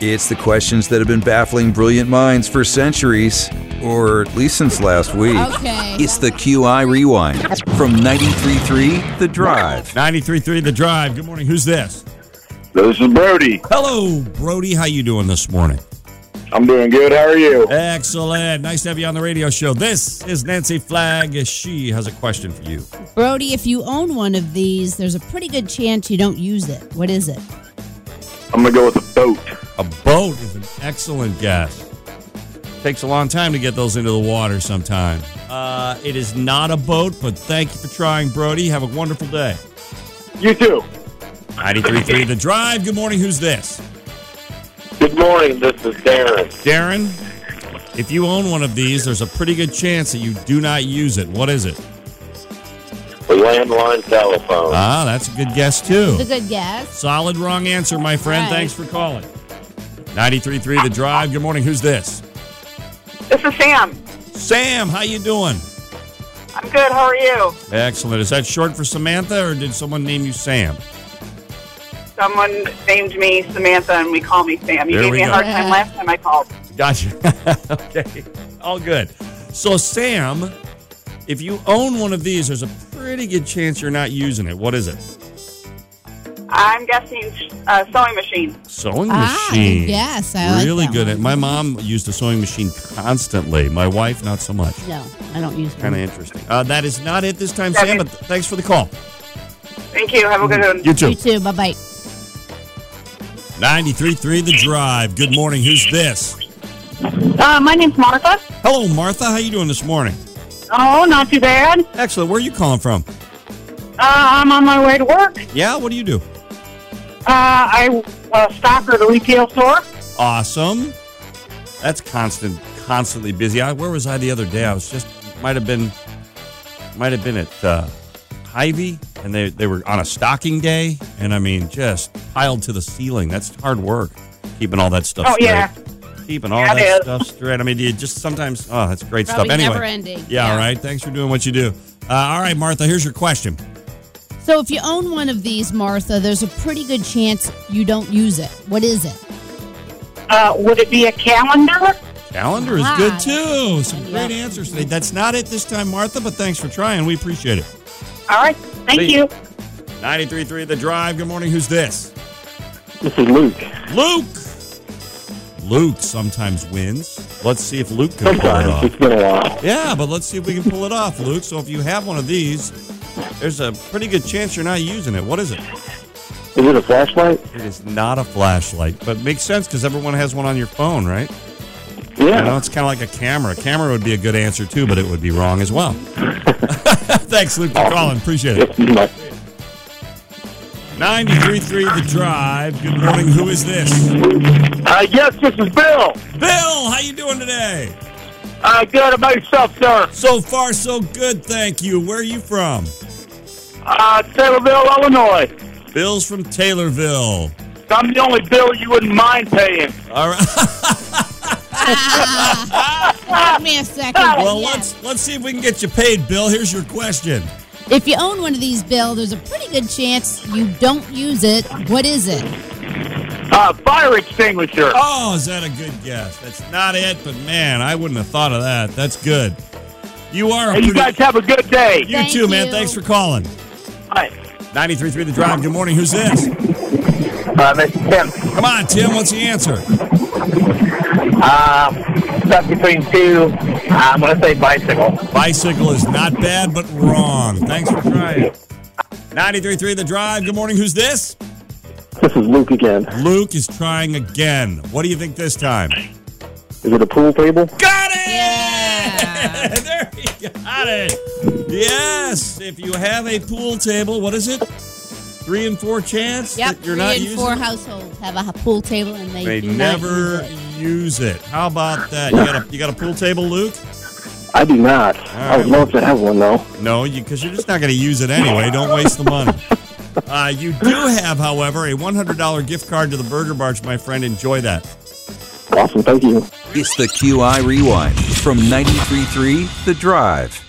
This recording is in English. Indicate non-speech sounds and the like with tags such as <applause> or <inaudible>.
It's the questions that have been baffling brilliant minds for centuries, or at least since last week. Okay. It's the QI Rewind from 93.3 The Drive. 93.3 The Drive. Good morning. Who's this? This is Brody. Hello, Brody. How you doing this morning? I'm doing good. How are you? Excellent. Nice to have you on the radio show. This is Nancy Flagg. She has a question for you. Brody, if you own one of these, there's a pretty good chance you don't use it. What is it? I'm gonna go with a boat. A boat is an excellent guess. Takes a long time to get those into the water sometime. Uh, it is not a boat, but thank you for trying, Brody. Have a wonderful day. You too. 93.3 The Drive. Good morning. Who's this? Good morning. This is Darren. Darren, if you own one of these, there's a pretty good chance that you do not use it. What is it? The landline telephone. Ah, that's a good guess, too. It's a good guess. Solid wrong answer, my friend. Right. Thanks for calling. 93.3 The Drive. Good morning. Who's this? This is Sam. Sam, how you doing? I'm good. How are you? Excellent. Is that short for Samantha, or did someone name you Sam? Someone named me Samantha, and we call me Sam. You There gave we me a go. hard time last time I called. Gotcha. <laughs> okay. All good. So, Sam, if you own one of these, there's a pretty good chance you're not using it. What is it? I'm guessing uh, sewing machine. Sewing Ah, machine. yes, I like really that good one. at. My mom used a sewing machine constantly. My wife, not so much. No, I don't use Kind one. of interesting. Uh, that is not it this time, Sam. But th- thanks for the call. Thank you. Have a good one. You too. You too. Bye bye. 93.3 The Drive. Good morning. Who's this? Uh, my name's Martha. Hello, Martha. How you doing this morning? Oh, not too bad. Uh, Excellent. Where are you calling from? I'm on my way to work. Uh, Yeah, what do you do? I uh, stock at a retail store. Awesome. That's constant, constantly busy. I, where was I the other day? I was just might have been, might have been at uh, Hy-Vee, and they they were on a stocking day, and I mean, just piled to the ceiling. That's hard work, keeping all that stuff. Oh, straight. yeah. keeping all Yeah, it that is. stuff straight. I mean, you just sometimes. Oh, that's great Probably stuff. Anyway, never ending. Yeah, Yeah. All right. Thanks for doing what you do. Uh, all right, Martha. Here's your question. So if you own one of these, Martha, there's a pretty good chance you don't use it. What is it? Uh, would it be a calendar? Calendar is Ah, good that's too. Some Yeah. great answers today. That's not it this time, Martha, but thanks for trying. We appreciate it. All right. Thank Please. you. 93.3 The Drive. Good morning. Who's this? This is Luke. Luke. Luke sometimes wins. Let's see if Luke can pull it off. It's been a while. Yeah, but let's see if we can pull it off, Luke. So if you have one of these, there's a pretty good chance you're not using it. What is it? Is it a flashlight? It is not a flashlight, but makes sense because everyone has one on your phone, right? Yeah. You know, it's kind of like a camera. A camera would be a good answer too, but it would be wrong as well. <laughs> Thanks, Luke, for calling. Appreciate it. This is my- 93.3 The Drive. Good morning. Who is this? Uh, yes, this is Bill. Bill, how you doing today? Uh, good about yourself, sir. So far, so good, thank you. Where are you from? Uh, Taylorville, Illinois. Bill's from Taylorville. I'm the only bill you wouldn't mind paying. All right. <laughs> Give me a second. but Well, yeah. let's let's see if we can get you paid, Bill. Here's your question. If you own one of these, Bill, there's a pretty good chance you don't use it. What is it? Uh, fire extinguisher. Oh, is that a good guess? That's not it, but man, I wouldn't have thought of that. That's good. You are a Hey, you pretty- guys have a good day. You Thank too, man. you. Thanks for calling. Hi. 93.3 The Drive. Good morning. Who's this? Uh, this is Tim. Come on, Tim. What's the answer? Uh, stuck between two. I'm going to say bicycle. Bicycle is not bad, but wrong. Thanks for trying. 93.3 The Drive. Good morning. Who's this? This is Luke again. Luke is trying again. What do you think this time? Is it a pool table? Got it! Yeah. <laughs> there you got it. Yes. If you have a pool table, what is it? Three and four chance Yep. that you're three not in using four it? households have a pool table and they, They do never Not use it. use it. How about that? You got a you got a pool table, Luke? I do not. I would right. love to have one, though. No, because you, are just not going to use it anyway. Don't waste the money. Uh, you do have, however, a $100 gift card to the Burger Barge, my friend. Enjoy that. Awesome. Thank you. It's the QI Rewind from 93.3 The Drive.